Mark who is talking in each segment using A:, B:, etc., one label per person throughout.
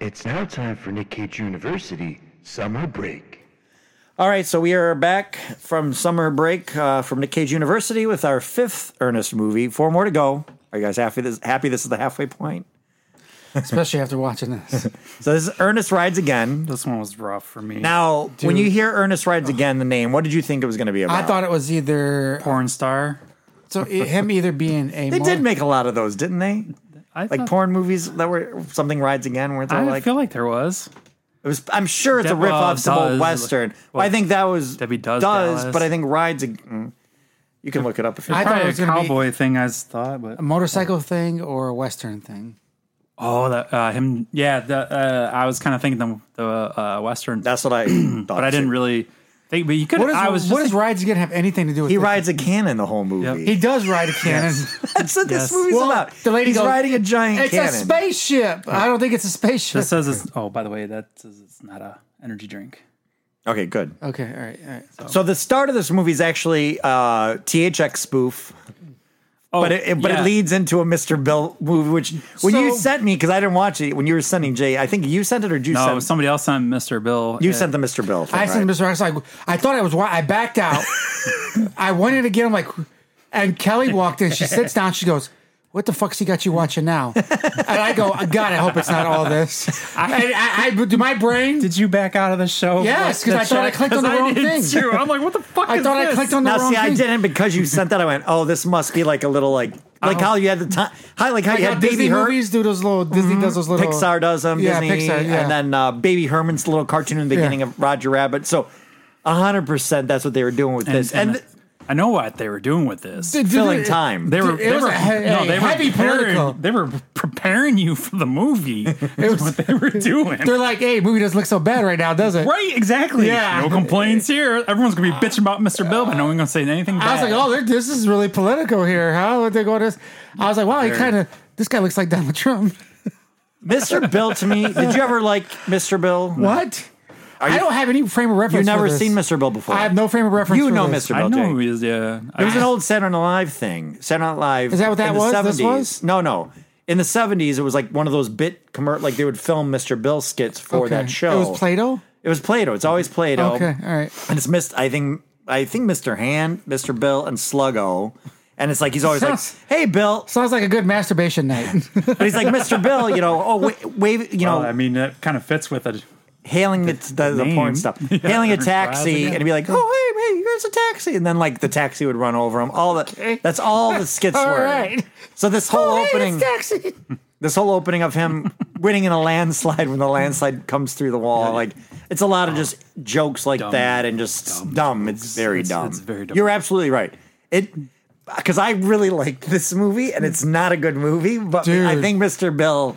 A: It's now time for Nick Cage University summer break.
B: All right, so we are back from summer break uh, from Nick Cage University with our fifth Ernest movie. Four more to go. Are you guys happy? This happy? This is the halfway point.
C: Especially after watching this.
B: So this is Ernest Rides Again.
C: This one was rough for me.
B: Now, when you hear Ernest Rides Again, the name, what did you think it was going to be
C: I
B: about?
C: thought it was either
D: Porn star.
C: so it, him either being a
B: they
C: mor-
B: did make a lot of those, didn't they?
D: I
B: Like
D: thought-
B: porn movies that were something rides again, weren't
D: I
B: there? Like,
D: feel like there was.
B: it was. I'm sure it's a
D: Deb-
B: riff
D: well,
B: off some old
D: Does-
B: western. Well,
D: well,
B: I think that was
D: Debbie Does Dallas.
B: but I think rides. Ag- mm. You can look it up if you.
C: I
B: want.
C: thought it
D: Probably a
C: was gonna Um,
D: cowboy thing, I just thought. But
C: be a motorcycle thing or a western thing.
D: oh, that uh, him. Yeah, the, uh, I was kind of thinking the, the uh, western,
B: That's what I thought.
D: but I didn't really think. But you could.
C: What is
D: I was just
C: what is rides gonna have anything to do with
B: He
C: this?
B: rides a cannon the whole movie.
C: He does ride a cannon.
B: That's what
D: Yes.
B: this movie's
C: Well,
B: about.
C: the lady
B: He's
C: goes,
B: riding a giant
C: It's
B: cannon.
C: a spaceship. I don't think it's a spaceship.
D: This says it's. Oh, by the way, that says it's not a energy drink.
B: okay, good.
C: okay, all right, all right.
B: So the start of this movie is actually uh, THX spoof,
D: Oh,
B: but it, it- but it
D: yeah.
B: leads into a Mr. Bill movie, which when you
C: So-
B: sent me because I didn't watch it when you were sending Jay, I think you sent it or you
D: No,
B: sent
D: somebody else sent Mr. Bill.
B: you
D: Yeah.
B: sent the Mr. Bill. Thing,
C: I sent
B: right?
C: Mr. Rock's like I thought I was. wa- I backed out. I went in again. I'm like, and Kelly walked in. She sits down. She goes, "What the fuck's he got you watching now?" And I go, "God, I hope it's not all this." I, I, I do my brain.
D: Did you back out of the show?
C: Yes, 'cause I thought I clicked on the
D: 'Cause I
C: wrong
D: did
C: thing.
D: too. I'm like, what the fuck?
C: I
D: is
C: thought I
D: this?
C: clicked on the
B: Now,
C: wrong
B: see, I
C: thing.
B: didn't because you sent that. I went, oh, this must be like a little like like
D: Oh.
B: how you had the time, how like how
C: Like
B: you
C: how
B: had Baby
C: Disney
B: Her.
C: movies do those little Disney does those little
B: Mm-hmm. Pixar does them.
C: Yeah,
B: Disney,
C: Pixar. Yeah.
B: and then uh, Baby Herman's little cartoon in the
C: Yeah.
B: beginning of Roger Rabbit. So, hundred percent, that's what they were doing with
D: And,
B: this, and,
D: and I know what they were doing with this.
C: Did- did-
B: filling time.
D: They were,
C: Dude, it
D: they
C: was
D: were,
C: a he-
D: no,
C: a
D: they were
C: heavy
D: preparing,
C: political.
D: They were preparing you for the movie. it was what they were doing.
C: They're like, "Hey, movie doesn't look so bad right now, does it?"
D: right, exactly.
C: Yeah.
D: No complaints here. Everyone's gonna be bitching about Mr. Bill, but no one's gonna say anything.
C: I was
D: bad.
C: like, "Oh, they're- this is really political here. How would they go this?" I was like, "Wow, he kind of this guy looks like Donald Trump."
B: Mr. Bill to me. Did you ever like Mr. Bill?
C: What? I don't have any frame of
B: You've
C: reference. for
B: never
C: this.
B: seen Mr. Bill before.
C: I have no frame of reference.
B: You
C: for
B: know
C: this.
B: Mr.
D: I
B: Bill.
D: know
B: Jay.
D: who he is. Yeah,
B: It was an old Saturday Night Live thing. Saturday Night Live.
C: Is that what that
B: in the
C: was? This
B: 70s.
C: was?
B: No, no. In the seventies, it was like one of those bit commer like they would film Mr. Bill skits for
C: Okay.
B: that show.
C: It was Plato.
B: It was Plato. It's always Plato.
C: Okay, all right.
B: And it's missed. I think. I think Mr. Hand, Mr. Bill, and Sluggo. And it's like he's always like,
C: Sounds-
B: "Hey, Bill,"
C: Sounds like a good masturbation night.
B: but he's like, "Mr. Bill," you know. Oh, wa- wave, you know,
D: I mean, that kind of fits with it.
B: hailing the, the, the,
D: name.
B: porn stuff,
D: Yeah.
B: hailing a
D: Ernest Rides
B: taxi,
D: Again.
B: and it'd be like, "Oh, hey, hey, here's a taxi," and then like the taxi would run over him. All the that's all the skits
C: All
B: were.
C: right.
B: So this whole
C: Oh, Hey, it's
B: opening,
C: taxi.
B: this whole opening of him winning in a landslide when the landslide comes through the wall, like it's a lot of just jokes like that and just dumb. It's, very
D: it's-
B: dumb.
D: it's very dumb.
B: You're absolutely right. It. Because I really liked this movie, and it's not a good movie, but I
C: Dude.
B: think Mr. Bill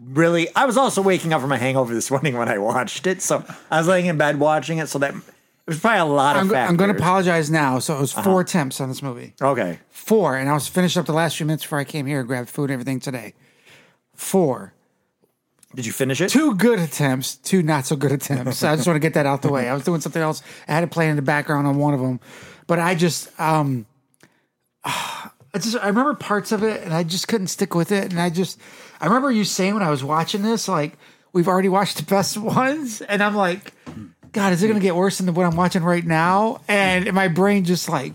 B: really I was also waking up from a hangover this morning when I watched it. So I was laying in bed watching it, so that it was probably a lot of
C: I'm,
B: factors. Uh-huh.
C: I'm going to apologize now. So it was 4 attempts on this movie.
B: Okay.
C: Four, and I was finishing up the last few minutes before I came here, grabbed food and everything today. Four.
B: Did you finish it?
C: two good attempts, two not so good attempts. I just want to get that out the way. I was doing something else. I had it playing in the background on one of them, but I just, um, I just, I remember parts of it and I just couldn't stick with it. And I just, I remember you saying when I was watching this, like, we've already watched the best ones. And I'm like, God, is it going to get worse than what I'm watching right now? And my brain just like,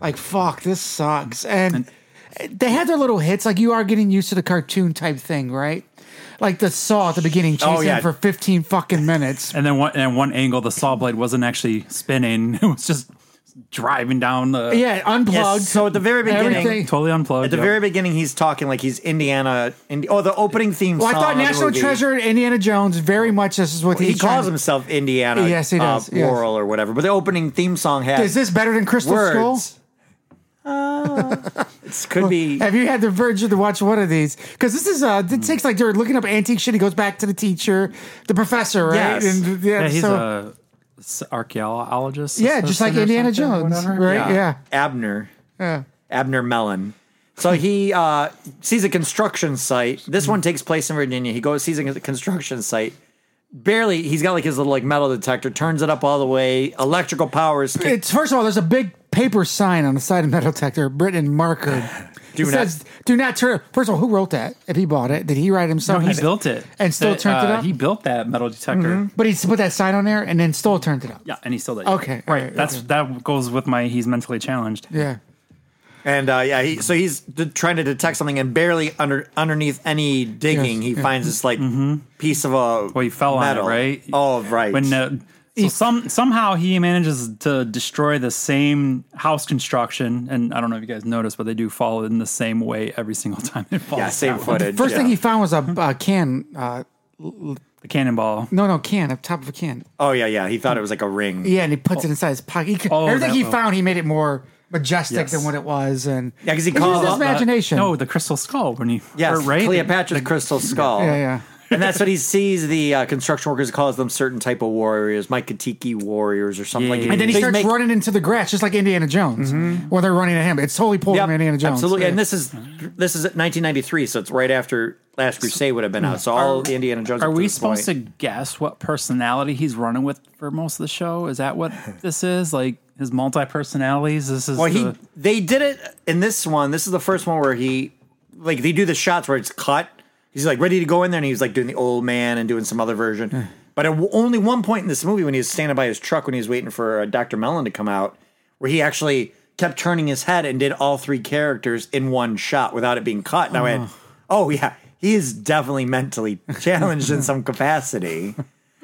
C: like, fuck, this sucks. And they had their little hits. Like, you are getting used to the cartoon type thing, right? Like the saw at the beginning, chasing
B: Oh, yeah.
C: him for 15 fucking minutes.
D: And then one and one angle, the saw blade wasn't actually spinning; it was just driving down the.
C: Yeah, unplugged.
B: Yes, so at the very beginning-
C: everything.
D: totally unplugged.
B: At the
D: yep.
B: very beginning, he's talking like he's Indiana. Indi- oh, the opening theme
C: Well, I
B: song.
C: thought
B: of the
C: National
B: movie.
C: Treasure and Indiana Jones very much this is what
B: He
C: he's trying
B: calls
C: to-
B: himself Indiana.
C: Yes, he does,
B: Uh,
C: yes.
B: Laurel or whatever. But the opening theme song has
C: Is this better than Crystal Skull?
B: words. Uh, it could be.
C: Have you had the virtue to watch one of these? Because this is uh,
B: Hmm.
C: it takes like they're looking up antique shit. He goes back to the teacher, the professor, right?
B: Yes.
C: And, yeah,
D: yeah, he's
C: so-
D: a s- uh, archaeologist.
C: yeah, just like
D: assistant or
C: Indiana
D: something,
C: Jones,
D: whatever.
C: right? Yeah.
B: Abner. Abner Mellon. So he uh, sees a construction site. This one takes place in Virginia. He goes sees a construction site, barely. He's got like his little like metal detector. Turns it up all the way. Electrical powers. Kick,
C: It's first of all, there's a big paper sign on the side of metal detector written in marker.
B: Do
C: it
B: not-
C: says, "Do not turn." First of all, who wrote that? If he bought it, did he write it himself?
D: he built it
C: and still
D: That,
C: turned it
D: uh,
C: up? Mm-hmm.
D: He built that metal detector.
C: but he put that sign on there and then still turned it up.
D: Yeah, and he still did.
C: Okay, all
D: right.
C: right,
D: That's
C: okay.
D: that goes with my. He's mentally challenged.
C: Yeah.
B: and uh, yeah, he, so he's d- trying to detect something, and barely under underneath any digging,
C: Yes,
B: he
C: yeah.
B: finds this like piece of a
D: Well, he fell
B: metal.
D: on it, right?
B: Oh, right.
D: When uh, so some somehow he manages to destroy the same house construction, and I don't know if you guys noticed, but they do fall in the same way every single time it falls.
B: yeah, same
D: down.
B: footage.
C: First
B: yeah.
C: thing he found was a, a can. Uh,
D: The cannonball.
C: no, no, can up top of a can.
B: Oh yeah, yeah. He thought it was like a ring.
C: Yeah, and he puts it inside his pocket. He,
D: Oh,
C: everything
D: that-
C: he
D: oh.
C: found, he made it more majestic
D: Yes.
C: than what it was, and
B: Yeah, 'cause he
C: used
B: called
C: his
B: up
D: Uh,
C: imagination.
D: no, the crystal skull. When he
B: Yes,
D: or, right?
B: Cleopatra's crystal skull.
C: yeah, yeah.
B: and that's what he sees the uh, construction workers calls them certain type of warriors, my Katiki warriors or something like
D: Yeah.
B: that.
D: And
C: And then he
B: They
C: starts
B: make-
C: running into the grass, just like Indiana Jones, when they're running at him. It's totally pulled
B: Yep,
C: from Mm-hmm. Indiana Jones.
B: Absolutely.
C: Yeah.
B: And this is this is 1993, so it's right after Last Crusade would have been out. So all the Indiana Jones.
D: Are we supposed to guess what personality he's running with for most of the show? Is that what this is? Like his multi personalities? This is
B: Well, he
D: the-
B: they did it in this one. This is the first one where he like they do the shots where it's cut. He's like ready to go in there, and he's like doing the old man and doing some other
D: Hmm.
B: version. But at w- only one point in this movie, when he was standing by his truck when he was waiting for uh, Doctor Mellon to come out, where he actually kept turning his head and did all three characters in one shot without it being cut. And I went, "Oh yeah, he is definitely mentally challenged in some capacity."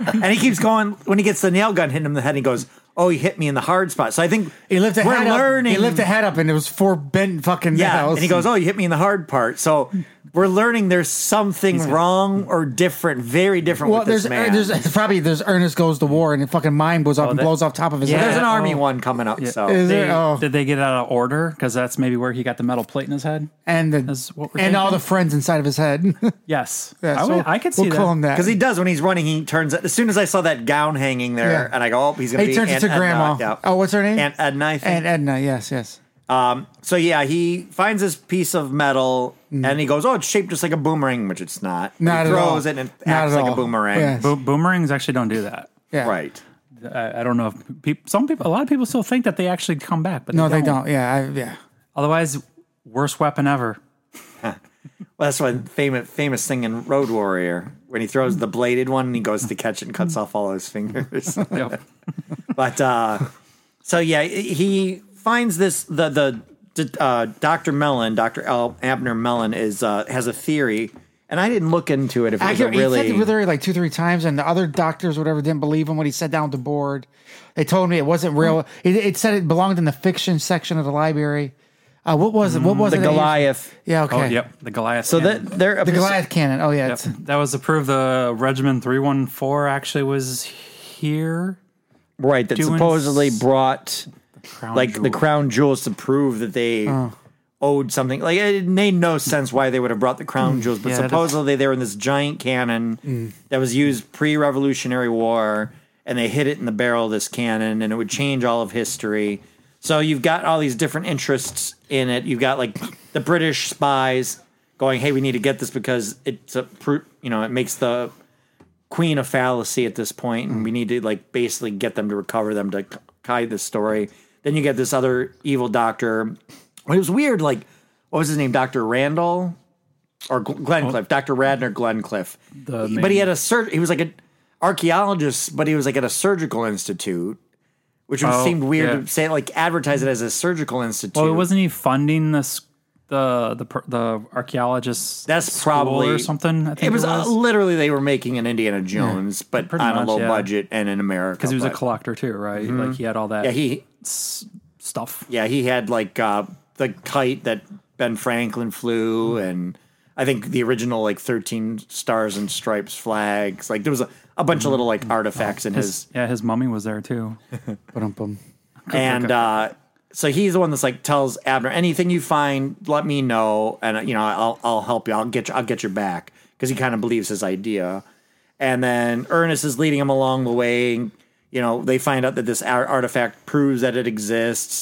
B: And he keeps going when he gets the nail gun hitting him in the head. He goes, "Oh, he hit me in the hard spot." So I think
C: he lifted
B: we're
C: head
B: learning.
C: Up. He lifted head up, and it was four bent fucking
B: Yeah,
C: nails.
B: and he goes, "Oh, you hit me in the hard part." So we're learning there's something wrong or different, very different
C: Well,
B: with this
C: there's, uh,
B: man. Oh,
C: there's probably there's Ernest goes to war, and the fucking mine goes off and
D: that-
C: blows off top of his
D: Yeah.
B: There's
C: head.
B: an army
D: oh.
B: one coming up. So
C: Is
D: they-
C: there? Oh.
D: did they get it out of order? Because that's maybe where he got the metal plate in his head.
C: and
D: That's
C: the,
D: what we're
C: and all the
D: thinking.
C: friends inside of his head.
D: Yes,
C: Yeah,
D: I,
C: so
D: would- I could see
C: we'll
D: that.
C: call him that
B: because he does when he's running, he turns. As soon as I saw that gown hanging there,
C: Yeah.
B: and I go, "Oh, he's gonna
C: He
B: be."
C: turns it
B: Aunt
C: to grandma.
B: Edna. Yeah.
C: Oh, what's her name?
B: Aunt Edna, I think.
C: and Edna. Yes, yes.
B: Um, so yeah, he finds this piece of metal and he goes, "Oh, it's shaped just like a boomerang," which it's not.
C: Mm. Not
B: he
C: at all.
B: throws it and it
C: Not
B: acts
C: at
B: like a
C: all.
B: boomerang.
C: Yes.
D: Bo- boomerangs actually don't do that.
C: Yeah.
B: Right.
D: I, I don't know if peop some people, a lot of people still think that they actually come back, but
C: No, they don't. Yeah, I, yeah.
D: Otherwise, worst weapon ever.
B: Well, that's one famous famous thing in Road Warrior when he throws the bladed one and he goes to catch it and
C: Mm.
B: cuts off all his fingers.
D: Yep.
B: but uh, so yeah, he finds this the the uh, Doctor Mellon, Doctor Al Abner Mellon is uh, has a theory, and I didn't look into it if it
C: I
B: was a
C: hear- he
B: really
C: said it literally like two, three times, and the other doctors, whatever, didn't believe him when he sat down at the board. They told me it wasn't real. It, it said it belonged in the fiction section of the library. Uh, what was it? What was
B: the
C: it? that he-
B: Goliath.
C: Yeah. Okay.
D: Oh, yep. The Goliath.
B: So
D: cannon.
B: that they're
C: The Goliath cannon. Oh yeah.
D: Yep.
C: It's,
D: that was approved. The Regiment 314 actually was here.
B: right that
D: doing
B: supposedly
D: s-
B: brought
D: Crown Oh.
B: like the
D: jewel.
B: crown jewels to prove that they owed something. Like it made no sense why they would have brought the crown jewels, but
D: Mm. yeah, that is- Mm.
B: supposedly they were in this giant cannon that was used pre-Revolutionary War, and they hid it in the barrel of this cannon, and it would change all of history. So you've got all these different interests in it. You've got like the British spies going, "Hey, we need to get this because it's a pro- you know it makes the queen of fallacy at this point, and we need to like basically get them to recover them to k- hide this story. Then you get this other evil doctor. It was weird. Like, what was his name? Doctor Randall or Gl- Glencliff? Doctor Radner Glencliff.
D: Oh. The
B: but he
D: main-
B: had a sur- He was like an archaeologist, but he was like at a surgical institute, which would
D: Oh,
B: seemed weird
D: yeah.
B: to say like advertise it as a surgical institute.
D: Well, wasn't he funding this the the per- the archaeologists?
B: That's
D: school
B: probably
D: or something. I think
B: It was, uh,
D: because
B: literally they were making an Indiana Jones, but
D: pretty
B: on
D: much,
B: a low
D: yeah.
B: budget and in America
D: he was a
B: but-
D: collector too, right?
C: Mm-hmm.
D: Like he had all that
B: yeah, he
D: s- stuff.
B: Yeah, he had like uh, the kite that Ben Franklin flew, and I think the original like thirteen stars and stripes flags. Like there was a, a bunch of little like artifacts in his,
D: Yeah, his mummy was there too.
C: ba-dum-bum.
B: and uh, so he's the one that's like tells Abner anything you find, let me know, and uh, you know I'll I'll help you. I'll get you, I'll get your back because he kind of believes his idea. And then Ernest is leading him along the way. And, you know they find out that this ar- artifact proves that it exists.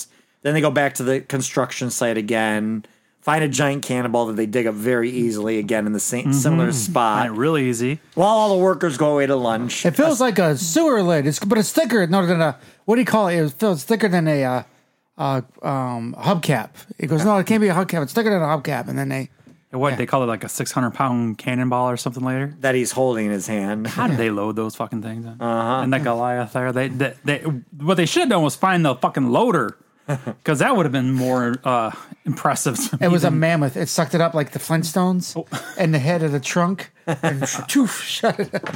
B: Then they go back to the construction site again. find a giant cannonball that they dig up very easily again in the same similar
C: Mm-hmm.
B: spot
D: Find it real easy.
B: while all the workers go away to lunch.
C: It feels like a sewer lid. It's but it's thicker. No, than a what do you call it? It feels thicker than a uh, uh, um, hubcap. It goes no, it can't be a hubcap. It's thicker than a hubcap. And then they
D: And What they call it like a 600 pound cannonball or something later.
B: uh, that he's holding in his hand.
D: How do they load those fucking things? Uh
C: Uh-huh.
D: huh. And that Goliath there, they, they they what they should have done was find the fucking loader because that would have been more uh impressive. to
C: it
D: me
C: was a
D: than-
C: mammoth. It sucked it up like the Flintstones
B: Oh.
C: and the head of the trunk. And toof, shut it. Up.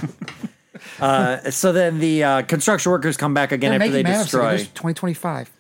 B: So then the uh, construction workers come back again after they destroy
C: Twenty twenty five.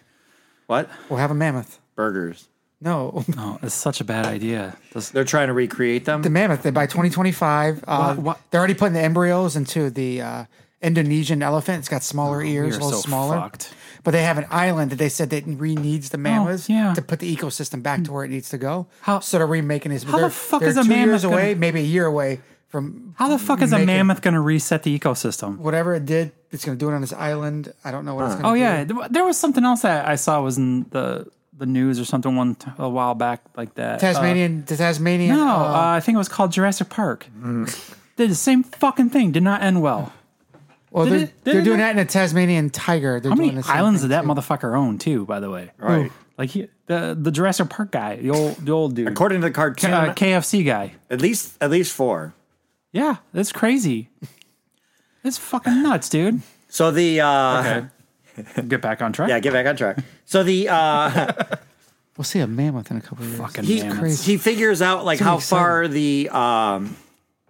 B: what
C: We'll have a mammoth.
B: burgers.
C: No,
D: Oh, it's such a bad idea. This-
B: They're trying to recreate them.
C: the mammoth. They by twenty twenty five. Uh,
D: Why- why-
C: They're already putting the embryos into the uh, Indonesian elephant. It's got smaller
D: we
C: ears,
D: are
C: a little
D: Oh, so
C: smaller.
D: fucked. Oh,
C: But they have an island that they said that re needs the mammoths
D: yeah.
C: to put the ecosystem back to where it needs to go.
D: How-
C: so they're remaking this.
D: How the fuck
C: they're
D: is a
C: two
D: mammoth
C: years
D: gonna-
C: away, maybe a year away from
D: How the fuck is a
C: Make it-
D: mammoth going to reset the ecosystem?
C: whatever it did? It's going to do it on this island. I don't know what it's going to.
D: Oh yeah, There- there was something else that I saw was in the the news or something one t- a while back like that.
C: Tasmanian, the Tasmanian.
D: Uh, no,
C: uh,
D: uh, I think it was called Jurassic Park. Did the same fucking thing. Did not end well.
C: well,
D: did
C: they're,
D: it- did
C: they're
D: it
C: doing
D: not-
C: that in a Tasmanian tiger. They're
D: How
C: doing
D: many
C: the same
D: islands
C: thing
D: did that
C: too.
D: motherfucker own too? By the way,
B: Right.
D: Like he, the the Jurassic Park guy, the old the old dude,
B: According to the cartoon,
D: uh, KFC guy.
B: at least at least four.
D: Yeah, that's crazy. That's fucking nuts, dude.
B: So the uh,
D: Get back on track.
B: yeah, get back on track. So the uh,
C: We'll see a mammoth in a couple of years.
D: fucking
B: he
D: mammoths.
C: crazy.
B: he figures out like
C: Too
B: how
C: exciting.
B: far the um,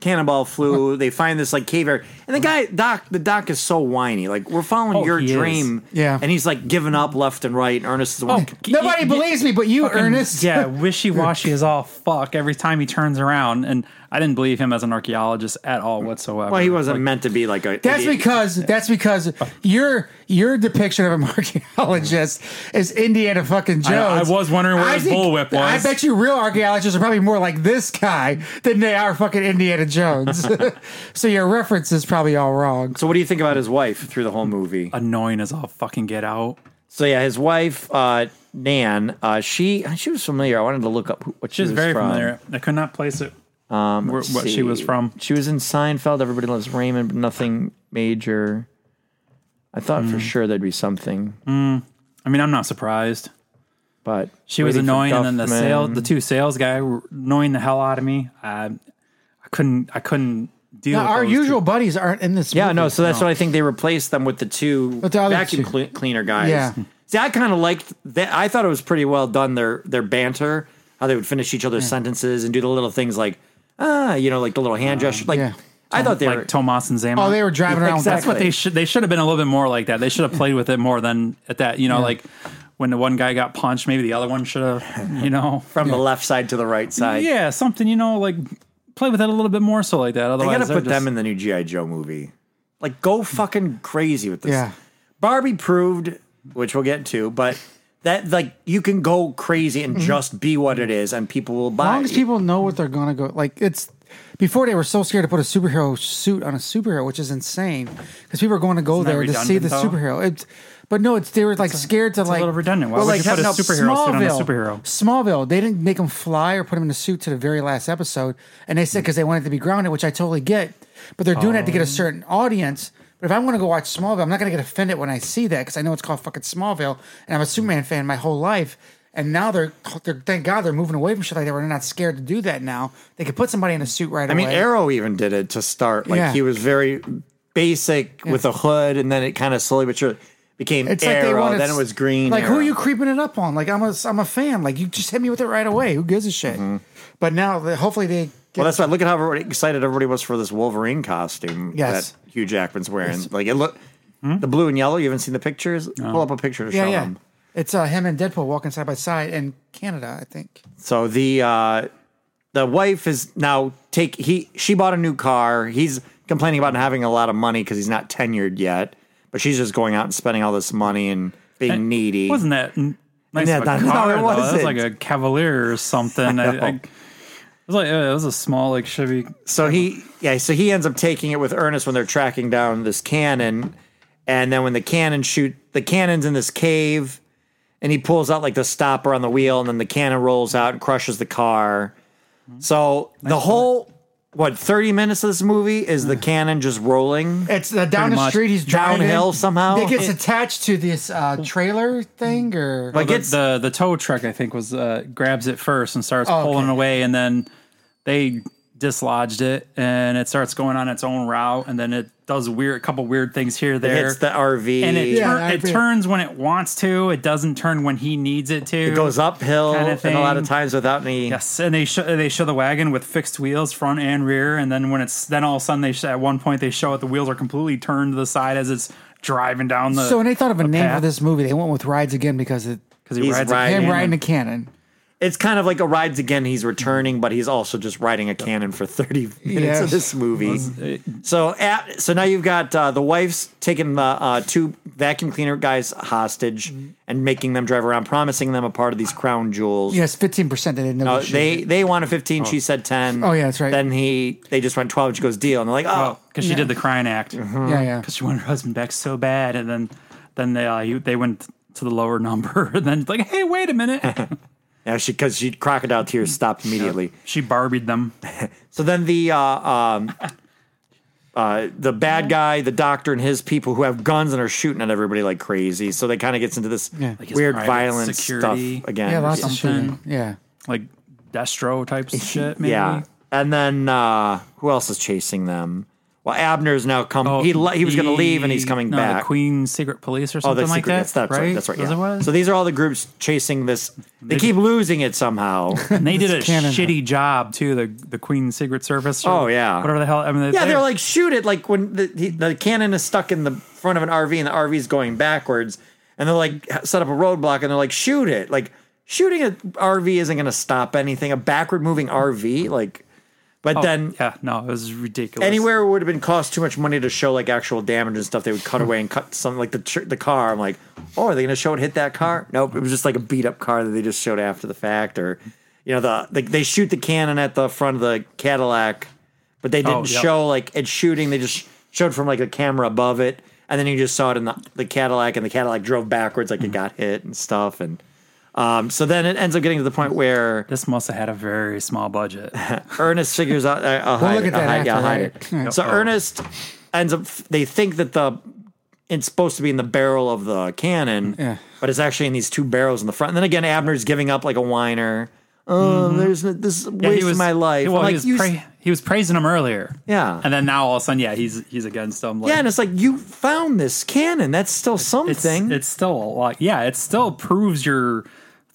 B: cannonball flew. they find this like cave area, and the guy doc the doc is so whiny. Like we're following
D: Oh,
B: your
D: he is.
B: dream,
C: Yeah. Oh,
B: and he's like giving up left and right. And Ernest is like,
C: Nobody believes me, but you, Ernest.
D: yeah, wishy washy as all fuck every time he turns around. And I didn't believe him as an archaeologist at all whatsoever.
B: well, he wasn't meant to be like a.
C: That's
B: idiot.
C: because that's because your your depiction of an archaeologist is Indiana fucking Jones.
D: I was wondering where his bullwhip was.
C: I bet you real archaeologists are probably more like this guy than they are fucking Indiana Jones. so your reference is probably all wrong.
B: So what do you think about his wife through the whole movie?
D: annoying as all fucking get out.
B: So yeah, his wife uh, Nan, uh, she she was familiar. I wanted to look up who, what she,
D: She was
B: was
D: very
B: from.
D: familiar. I could not place it. Um, where, what she was
B: see.
D: from.
B: She was in Seinfeld. Everybody loves Raymond, but nothing major. I thought
D: Hmm.
B: for sure there'd be something,
D: I mean, I'm not surprised.
B: but
D: She was
B: Waiting for
D: annoying, and then the
B: Guffman.
D: sale, the two sales guy were annoying the hell out of me. I, I couldn't, I couldn't deal.
C: Now,
D: with
C: our
D: those
C: usual buddies aren't in this.
B: Yeah,
C: movie.
B: no. So that's what I think they replaced them with the two
C: the other
B: vacuum
C: two.
B: cle- cleaner guys.
C: Yeah.
B: See, I kind of liked that. I thought it was pretty well done. Their their banter, how they would finish each other's sentences and do the little things like ah, you know, like the little hand gesture. Like
C: yeah.
B: I thought they
D: Two,
B: were
D: like Tomas and Zama.
C: Oh, they were driving around. with
D: That's
C: that.
D: what they should. They should have been a little bit more like that. They should have played with it more than at that. You know, like when the one guy got punched, maybe the other one should have. You know,
B: from the left side to the right side.
D: yeah, something. You know, like play with it a little bit more so like that.
B: They
D: Otherwise,
B: gotta
D: they're
B: put them
D: just-
B: in the new GI Joe movie. Like, go fucking crazy with this.
C: Yeah.
B: Barbie proved, which we'll get to, but that like you can go crazy and just be what it is, and people will
C: As
B: buy.
C: long as
B: it.
C: Mm-hmm. people know what they're gonna go like it's before they were so scared to put a superhero suit on a superhero, which is insane because people are going to go
D: Isn't that
C: there to see the
D: redundant, though?
C: superhero. It's, but no, it's they were like scared to like
D: little redundant. Why would you put a
C: no,
D: superhero suit on a superhero?
C: Smallville, they didn't make him fly or put him in a suit to the very last episode, and they said
B: Hmm.
C: because they wanted to be grounded, which I totally get. But they're doing that
B: Oh.
C: to get a certain audience. But if I want to go watch Smallville, I'm not going to get offended when I see that because I know it's called fucking Smallville, and I'm a
B: Hmm.
C: Superman fan my whole life. And now they're, they're thank God they're moving away from shit like that. Where they're not scared to do that now. They could put somebody in a suit right
B: I
C: away.
B: mean, Arrow even did it to start. Like
C: Yeah.
B: he was very basic with a hood, and then it kind of slowly but surely became
C: It's like
B: Arrow.
C: they wanted
B: then it was Green.
C: Like who
B: Arrow.
C: are you creeping it up on? Like I'm a I'm a fan. Like you just hit me with it right away. Who gives a shit? But now they- hopefully they get
B: Mm-hmm. Well, that's why. Look at how everybody- excited everybody was for this Wolverine costume
C: Yes. Hmm?
B: that Hugh Jackman's wearing. Like it look, the blue and yellow. You haven't seen the pictures. Pull up a picture to
C: yeah
B: show
C: yeah.
B: them.
C: It's uh, him and Deadpool walking side by side in Canada, I think.
B: So the uh, the wife is now take he she bought a new car. He's complaining about not having a lot of money because he's not tenured yet, but she's just going out and spending all this money and being needy.
D: Wasn't that n- nice?
B: Yeah,
D: of a
B: that- no,
D: car,
B: it
D: though? That was
B: wasn't.
D: like a Cavalier or something. I, I,
B: know.
D: it was like uh, it was a small like Chevy.
B: So he, yeah, so he ends up taking it with Ernest when they're tracking down this cannon, and then when the cannon shoot, the cannon's in this cave, and he pulls out like the stopper on the wheel, and then the cannon rolls out and crushes the car. So the whole what thirty minutes of this movie is the cannon just rolling.
C: It's uh, down the
D: much.
C: street. He's driving.
B: Downhill somehow?
C: It gets attached to this uh, trailer thing, or
B: Like
D: the,
B: it's
D: the the tow truck I think was uh, grabs it first and starts
C: Oh,
D: pulling
C: okay.
D: away, and then they dislodged it, and it starts going on its own route, and then it does weird a couple weird things here there.
B: hits the RV.
D: and it,
C: Yeah,
D: tur-
C: I
D: it
C: agree.
D: turns when it wants to. It doesn't turn when he needs it to.
B: It goes uphill
D: Kinda
B: and a lot
D: thing.
B: of times without any.
D: Yes, and they show they show the wagon with fixed wheels, front and rear, and then when it's then all of a sudden they sh- at one point they show it the wheels are completely turned to the side as it's driving down the.
C: so. When they thought of a name
D: path.
C: for this movie, they went with rides again because it
D: because he
B: He's
D: rides a
B: riding.
C: him
D: cannon.
C: riding a cannon.
B: It's kind of like a rides again. He's returning, but he's also just riding a cannon for thirty minutes
C: Yes.
B: of this movie. So at so now you've got uh, the wife's taking the uh, two vacuum cleaner guys hostage
C: Mm-hmm.
B: and making them drive around, promising them a part of these crown jewels.
C: Yes, fifteen percent. They didn't know.
B: Uh,
C: this shit.
B: they they wanted fifteen. She said ten.
C: Oh, yeah, that's right.
B: Then he they just went twelve. She goes deal, and they're like, oh,
D: Oh, because she did the crying act.
B: Mm-hmm.
C: yeah, yeah.
D: because she wanted her husband back so bad, and then then they uh, you- they went to the lower number, and then it's like, hey, wait a minute,
B: now she because she crocodile tears stopped immediately.
D: she barbied them.
B: So then the uh, um, uh, the bad guy, the doctor, and his people who have guns and are shooting at everybody like crazy. So they kind of gets into this
C: Yeah. Like
D: his
B: weird
D: private
B: violence
D: security.
B: stuff again.
C: Yeah, lots of
D: Something.
C: shooting. Yeah.
D: Like Destro type shit, maybe.
B: Yeah. and then uh, who else is chasing them? Well, Abner's now come.
D: Oh,
B: he le- he was going to leave, and he's coming
D: no,
B: back.
D: The Queen's Secret Police or
B: Oh,
D: something
B: that's
D: like
B: secret.
D: that.
B: That's, that's right. That's right.
D: Is that what it
B: Yeah.
D: was?
B: So these are all the groups chasing this. They, keep losing it somehow.
D: And they did a
C: canon.
D: shitty job too. The the Queen's Secret Service. or
B: Oh, yeah.
D: whatever the hell. I mean,
B: Yeah, they're like shoot it like when the he, the cannon is stuck in the front of an RV and the RV is going backwards, and they're like set up a roadblock and they're like shoot it like shooting a RV isn't going to stop anything a backward moving RV like, but then
D: oh, yeah, no, it was ridiculous.
B: anywhere it would have been cost too much money to show like actual damage and stuff they would cut
D: Hmm.
B: away and cut something like the tr- the car I'm like oh are they going to show it hit that car nope it was just like a beat up car that they just showed after the fact or you know the they, they shoot the cannon at the front of the Cadillac but they didn't
D: Oh, yep.
B: show like it's shooting they just showed from like a camera above it and then you just saw it in the, the Cadillac and the Cadillac drove backwards
D: Hmm.
B: like it got hit and stuff and um, so then it ends up getting to the point where
D: This must have had a very small budget.
B: Ernest figures out. I- I'll hide
C: look
B: it.
C: at
B: I'll
C: that
B: hide, yeah, I'll
C: after,
B: hide
C: right?
B: it. So Ernest ends up. They think that the it's supposed to be in the barrel of the cannon,
C: Yeah.
B: but it's actually in these two barrels in the front. And then again, Abner's giving up like a whiner. Oh,
C: Mm-hmm.
B: there's no, this is
D: Yeah,
B: wasting my life. I'm
D: Well, he
B: like,
D: was
B: you-
D: pra- he was praising him earlier.
B: Yeah.
D: and then now all of a sudden, yeah, he's he's against him. Like,
B: yeah, and it's like you found this cannon. That's still
D: it's
B: something.
D: it's still like yeah, it still proves your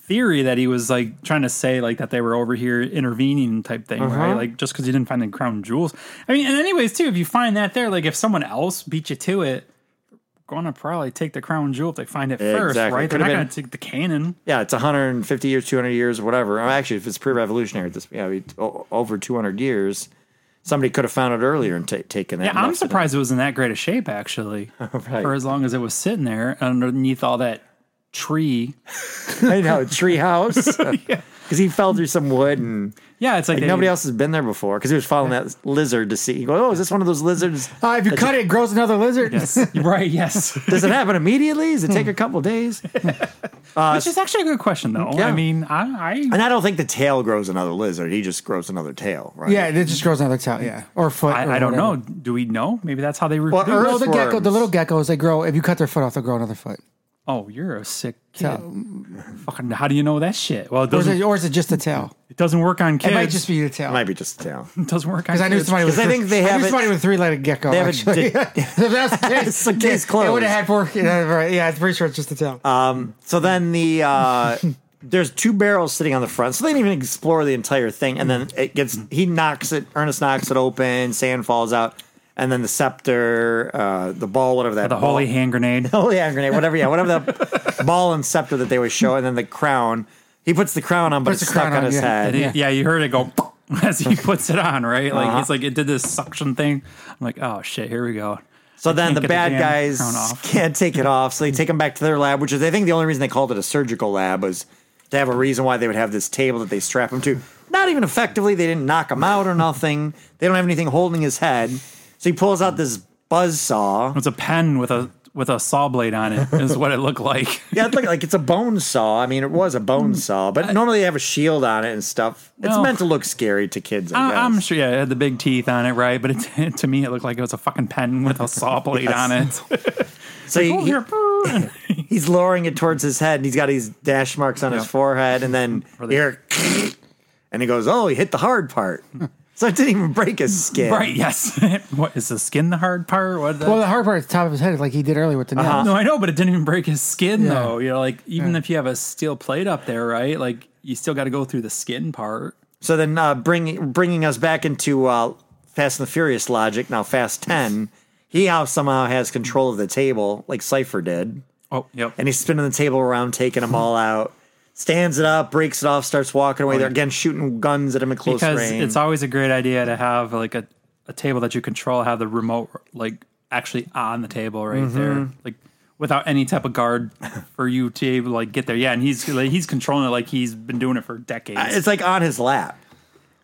D: theory that he was like trying to say like that they were over here intervening type thing,
B: Uh-huh.
D: right? Like just because you didn't find the crown jewels. I mean, and anyways, too, if you find that there, like if someone else beat you to it. Gonna probably take the crown jewel if they find it first,
B: Exactly.
D: right? They're
B: Could've
D: not
B: been-
D: gonna take the cannon.
B: yeah, it's 150 years, 200 years, or whatever. Or Actually, if it's pre-revolutionary, this yeah, we- o- over 200 years. Somebody could have found it earlier and ta taken that.
D: Yeah,
B: and
D: I'm
B: left it in.
D: surprised it was in that great a shape actually,
B: Right.
D: for as long as it was sitting there underneath all that tree.
B: I know, treehouse. Because he fell through some wood and
D: Yeah, it's like,
B: like,
D: they-
B: nobody else has been there before. Because he was following that lizard to see. He goes, "Oh, is this one of those lizards?
C: Uh, if you cut it, it grows another lizard.
D: Yes, right. Yes,
B: Does it happen immediately? Does it take a couple days?"
D: which is actually a good question though.
B: Yeah.
D: I mean, I, I
B: And I don't think the tail grows another lizard. He just grows another tail, right?
C: Yeah, it just grows another tail. Yeah, or foot. or
D: I, I don't
C: whatever.
D: know. Do we know? Maybe that's how they
B: Well,
D: reproduce.
B: Earth-
C: No, the gecko,
B: Earthworms.
C: the little geckos, they grow. If you cut their foot off, they'll grow another foot.
D: oh, you're a sick kid.
C: Tail.
D: Fucking, how do you know that shit? Well, it
C: Or is,
D: doesn't.
C: it,
D: It,
C: or is it just the tail?
D: doesn't work on kids.
C: It might just be the tail.
B: Might be just a tail.
D: It doesn't work on
C: Because I
D: kids.
C: knew somebody with.
B: 'Cause I think they
C: I
B: have
C: knew
B: it-
C: somebody with three-legged gecko.
B: They have it
C: actually,
B: di-
C: if that's the case,
B: It's a case
C: It would
B: closed. Uh-huh.
C: have had four. Yeah, right. yeah, I'm pretty sure it's just the tail.
B: So then the uh, there's two barrels sitting on the front, so they didn't even explore the entire thing. And then it gets he knocks it. Ernest knocks it open. Sand falls out, and then the scepter, uh, the ball, whatever that
D: the holy
B: ball-
D: hand grenade.
B: Oh yeah, grenade, whatever. Yeah, whatever the ball and scepter that they always show, and then the crown. He puts the crown on, but
C: Puts
B: it's
C: the
B: stuck
C: crown
B: on
C: on,
B: his
C: yeah.
B: head.
D: yeah. you heard it go as he puts it on, right? Like
B: Uh-huh.
D: it's like it did this suction thing. I'm like, oh shit, here we go.
B: So then
D: can't
B: the
D: get the
B: bad
D: damn
B: guys
D: crown off.
B: can't take it off, so they take him back to their lab, which is I think the only reason they called it a surgical lab was to have a reason why they would have this table that they strap him to. Not even effectively, they didn't knock him out or nothing. They don't have anything holding his head, so he pulls out this buzz saw.
D: It's a pen with a with a saw blade on it is what it looked like.
B: Yeah, it's like, like it's a bone saw. I mean, it was a bone saw, but normally they have a shield on it and stuff. It's
D: Well-
B: meant to look scary to kids. I guess.
D: I, I'm sure, yeah, it had the big teeth on it, right? But it, to me, it looked like it was a fucking pen with a saw blade on it.
B: so he-
D: Oh,
B: he-
D: here, brr.
B: he's lowering it towards his head, and he's got these dash marks on his forehead, and then here, and he goes, "Oh, he hit the hard part." so it didn't even break his skin.
D: Right, yes. what is the skin the hard part? What? The,
C: Well, the hard part is the top of his head, like he did earlier with the nails.
B: Uh-huh.
D: no, I know, but it didn't even break his skin
C: Yeah.
D: though. You know, like even if you have a steel plate up there, right? Like you still got to go through the skin part.
B: So then, uh, bringing bringing us back into uh, Fast and the Furious logic now, Fast Ten, he now somehow has control of the table like Cipher did.
D: Oh, yep.
B: and he's spinning the table around, taking them all out. Stands it up, breaks it off, starts walking away. They're again shooting guns at him at close
D: because
B: range.
D: it's always a great idea to have like a, a table that you control have the remote like actually on the table right
C: Mm-hmm.
D: there like without any type of guard for you to able to, like get there yeah and he's like, he's controlling it like he's been doing it for decades
B: it's like on his lap.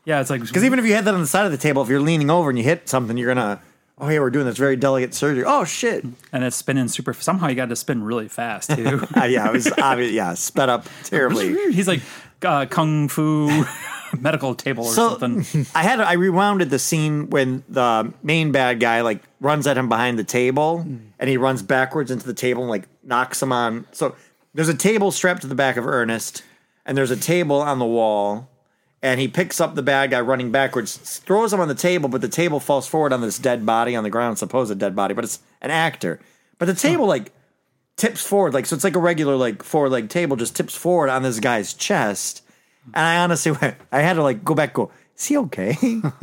D: yeah it's like
B: Because even if you had that on the side of the table, if you're leaning over and you hit something, you're gonna. Oh hey, we're doing this very delicate surgery. Oh shit!
D: and it's spinning super somehow you got to spin really fast too
B: Uh, yeah, it was obvious. Yeah, sped up terribly.
D: he's like uh, kung fu medical table or
B: So
D: something
B: I had I rewounded the scene when the main bad guy like runs at him behind the table and he runs backwards into the table and like knocks him on. So there's a table strapped to the back of Ernest and there's a table on the wall and he picks up the bad guy running backwards, s- throws him on the table, but the table falls forward on this dead body on the ground, supposed dead body, but it's an actor. But the table like tips forward, like so it's like a regular like forward leg table, just tips forward on this guy's chest. And I honestly went, I had to like go back, go, is he okay?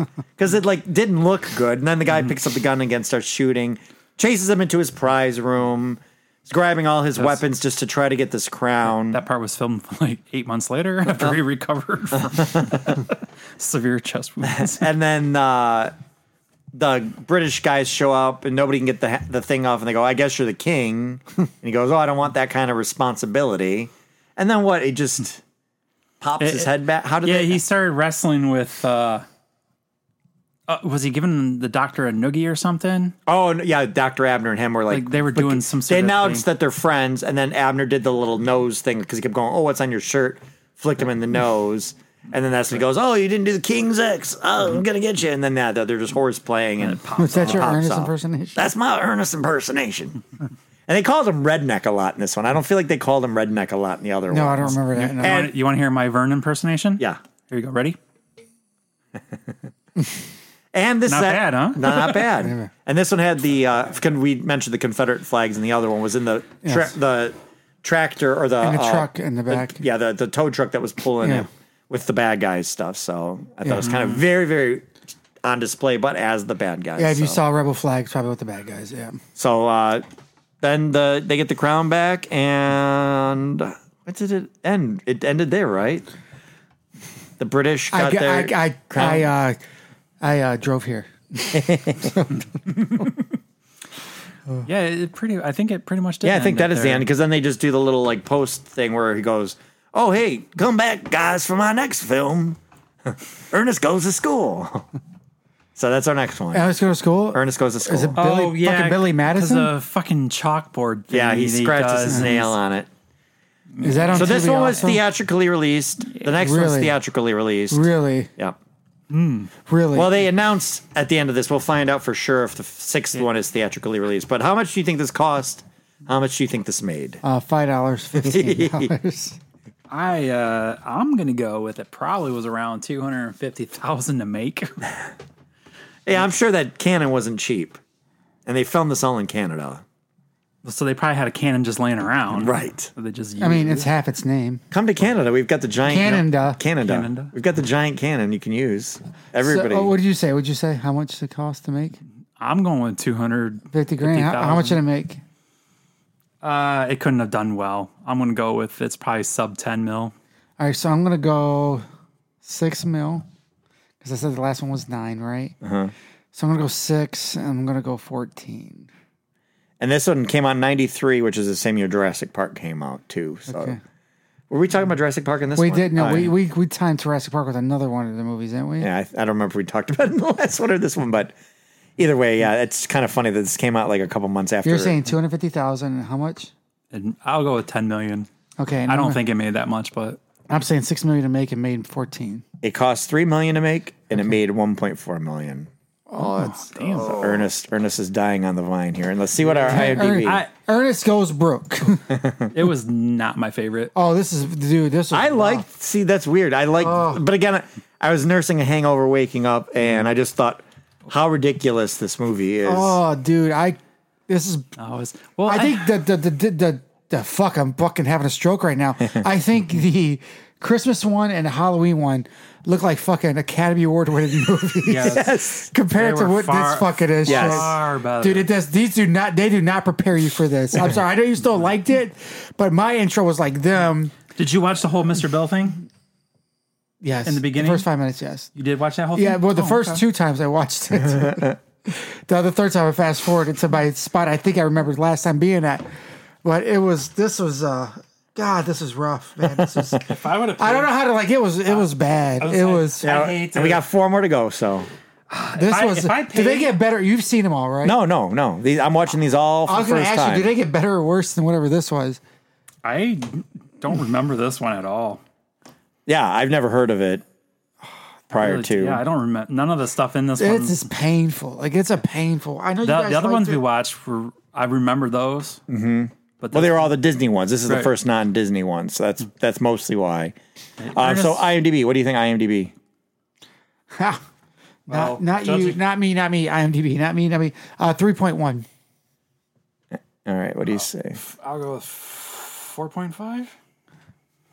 B: Because it like didn't look good. And then the
D: Mm-hmm.
B: guy picks up the gun again, starts shooting, chases him into his prize room, is grabbing all his weapons just to try to get this crown.
D: that part was filmed like eight months later after he recovered from severe chest wounds
B: and then uh, the British guys show up, and nobody can get the the thing off, and they go, "I guess you're the king." and he goes, "Oh, I don't want that kind of responsibility." And then what? It just pops his
D: it-
B: head back. How did?
D: Yeah,
B: they,
D: he started wrestling with. Uh, uh, was he giving the doctor a noogie or something?
B: Oh no- yeah, Doctor Abner and him were like,
D: Like they were doing some
B: They
D: sort of
B: announced
D: thing.
B: that they're friends, and then Abner did the little nose thing because he kept going, "Oh, what's on your shirt?" Flicked him in the nose, and then that's when he goes, "Oh, you didn't do the King's X. Oh, I'm gonna get you." And then that they're just horse playing, and it pops.
C: Was that Mm-hmm. your
B: pops
C: Ernest
B: off.
C: impersonation?
B: Uh-huh. That's my Ernest impersonation. and they called him redneck a lot in this one. I don't feel like they called him redneck a lot in the other one.
C: no, I don't remember that. No.
D: You wanna- you want to hear my Vern impersonation?
B: Yeah.
D: Here you go. Ready?
B: And this
D: Not
B: had-
D: bad, huh?
B: No, not bad. and this one had the uh, can we mention the Confederate flags, and the other one was in the tra-
C: Yes.
B: the tractor or the,
C: And the
B: uh,
C: truck in the back.
B: yeah, the the tow truck that was pulling
C: Yeah.
B: it with the bad guys stuff. So I thought it was kind of very very on display, but as the bad guys.
C: Yeah, if you
B: so.
C: saw Rebel Flag, it's probably with the bad guys. Yeah.
B: So uh, then the they get the crown back, and what did it end? It ended there, right? The British
C: I,
B: got their
C: I, I,
B: crown.
C: I, uh, I uh, drove here.
D: Yeah, it pretty. I think it pretty much did.
B: yeah, I think that
D: it
B: is the
D: there.
B: end because then they just do the little like post thing where he goes, "Oh hey, come back guys for my next film." Ernest goes to school. so that's our next one.
C: I was going to school.
B: Ernest goes to school.
C: Is it Billy,
D: oh yeah,
C: fucking Billy
D: 'cause uh,
C: Madison?
D: The fucking chalkboard. Thing
B: yeah, he
D: that
B: scratches
D: does.
B: his nail on it.
C: Is that on
B: So this
C: TV
B: one was uh,
C: also?
B: theatrically released. The next one's
C: Really?
B: theatrically released.
C: Really,
B: Yeah.
C: really.
B: Well, they announced at the end of this. We'll find out for sure if the sixth one is theatrically released. But how much do you think this cost? How much do you think this made?
C: uh, five dollars, fifteen dollars.
D: I uh, I'm gonna go with it. Probably was around two hundred and fifty thousand to make.
B: yeah, I'm sure that Canon wasn't cheap, and they filmed this all in Canada.
D: so they probably had a cannon just laying around.
B: Right.
D: That They just.
C: I mean, it's half its name.
B: Come to Canada. We've got the giant
C: Canada.
B: Canada.
D: Canada.
B: We've got the giant cannon you can use.
C: So,
B: Everybody.
C: oh, what did you say? Would you say how much it cost to make
D: I'm going with two hundred
C: fifty grand? how, how much did it make?
D: Uh, it couldn't have done well. I'm gonna go with it's probably sub ten mil.
C: All right, so I'm gonna go six mil because I said the last one was nine, right? Uh-huh. So I'm gonna go six, and I'm gonna go fourteen.
B: and this one came out in '93, which is the same year Jurassic Park came out too. So,
C: Okay.
B: were we talking about Jurassic Park in this?
C: We
B: one?
C: did no,
B: I-
C: we, we we timed Jurassic Park with another one of the movies, didn't we?
B: Yeah, I, I don't remember if we talked about it in the last one or this one, but Either way, yeah, it's kind of funny that this came out like a couple months after.
C: You're saying 250,000 and how much?
D: And I'll go with 10 million.
C: Okay.
D: I don't think it made that much, but
C: I'm saying 6 million to make and made 14.
B: it cost three million to make, and it made one point four million.
C: Oh, it's
D: damn.
B: Ernest, Ernest is dying on the vine here, and let's see what our IMDb.
D: I,
C: Ernest goes broke.
D: it was not my favorite.
C: oh, this is dude, this is
B: I liked. See, that's weird. I liked,
C: Oh.
B: but again, I, I was nursing a hangover, waking up, and I just thought how ridiculous this movie is.
C: Oh, dude, I this is
D: I was well.
C: I think the the the the, the, the fuck I'm fucking having a stroke right now. I think the Christmas one and the Halloween one look like fucking Academy Award winning movies
B: yes,
C: compared
D: They
C: to
D: were
C: what
D: far-
C: this fucking is. shit.
D: far better.
C: Dude, it does. These do not. They do not prepare you for this. I'm sorry. I know you still liked it, but my intro was like them.
D: Did you watch the whole Mr. Bell thing?
C: Yes.
D: In the beginning?
C: first five minutes. Yes.
D: You did watch that whole
C: Yeah.
D: thing?
C: Well, the
D: Oh,
C: first
D: okay.
C: two times I watched it. the other third time I fast forwarded to my spot. I think I remembered last time being at, but it was. This was. uh God, this is rough, man. This was.
D: If I would have.
C: I don't know how to like. It was. It was bad.
D: was
C: it
D: like-
C: was.
D: I hate
B: and we
D: it.
B: got four more to go. So
C: This
D: I-
C: was.
D: if I
C: do they
D: paid-
C: get better? You've seen them all, right?
B: no, no, no. These, I'm watching these all for
C: I
B: the
C: was going
B: first
C: to ask
B: time.
C: you, do they get better or worse than whatever this was?
D: I don't remember this one at all.
B: yeah, I've never heard of it prior
D: Really,
B: to.
D: Yeah, I don't remember none of the stuff in this one.
C: It's just painful. Like it's a painful. I know you
D: Um, The,
C: guys
D: the other
C: liked
D: ones
C: it.
D: we watched were I remember those. Mm-hmm. But
B: well, they were all the Disney ones. This is the
D: Right.
B: first non-Disney one, so that's that's mostly why. Uh, so
D: Ernest-
B: IMDb, what do you think? IMDb.
C: Ha. Not,
D: Well,
C: not you,
D: judging-
C: not me, not me. IMDb, not me, not me. Uh, three point one.
B: All right, what do you say?
D: I'll go with four point five.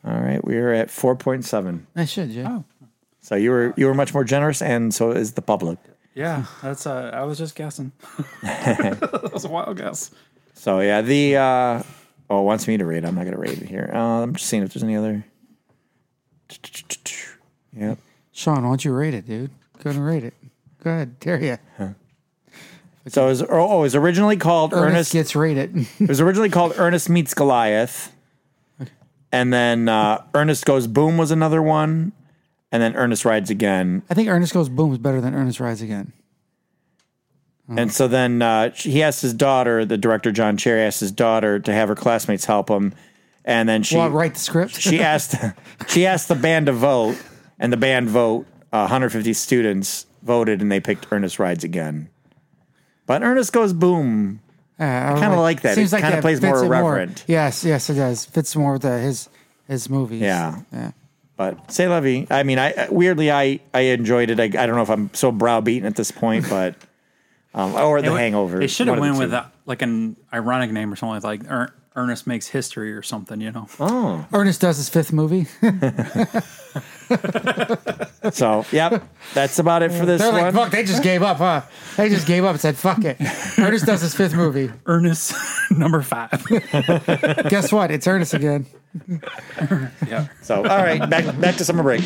B: All right, we are at four point seven.
C: I should, yeah.
B: So you were you were much more generous, and so is the public.
D: Yeah, that's uh, I was just guessing. that was a wild guess.
B: So yeah, the uh, oh it wants me to rate. I'm not gonna rate it here. Uh, I'm just seeing if there's any other. Yep.
C: Sean, why don't you rate it, dude? Go ahead and rate it. Go ahead, dare you.
B: So it was, oh, oh, it was originally called
C: Ernest
B: Ernest.
C: gets rated.
B: it was originally called Ernest meets Goliath, and then uh, Ernest goes boom was another one, and then Ernest rides again,
C: I think Ernest Goes Boom is better than Ernest Rides Again.
B: And so then uh, he asked his daughter, the director John Cherry asked his daughter to have her classmates help him, and then she
C: Well, I write the script.
B: she asked she asked the band to vote, and the band vote uh, 150 students voted, and they picked Ernest Rides Again. But Ernest goes boom.
C: kind
B: like that. It kinda plays more irreverent.
C: Yes, yes, it does. Fits more with the, his his movies.
B: Yeah.
C: yeah.
B: But say Levy, I mean, I weirdly I I enjoyed it. I, I don't know if I'm so browbeaten at this point, but um, or the Hangover.
D: They should have
B: One of
D: went
B: the
D: with
B: two.
D: uh like an ironic name or something like er- Ernest makes history or something. You know,
C: Ernest does his fifth movie.
B: So yep, that's about it for this
C: They're like,
B: one.
C: fuck. They just gave up, huh? They just gave up and said, fuck it. Ernest does his fifth movie.
D: Ernest number five.
C: Guess what? It's Ernest again.
D: yeah,
B: So all right, back back to summer break.
D: be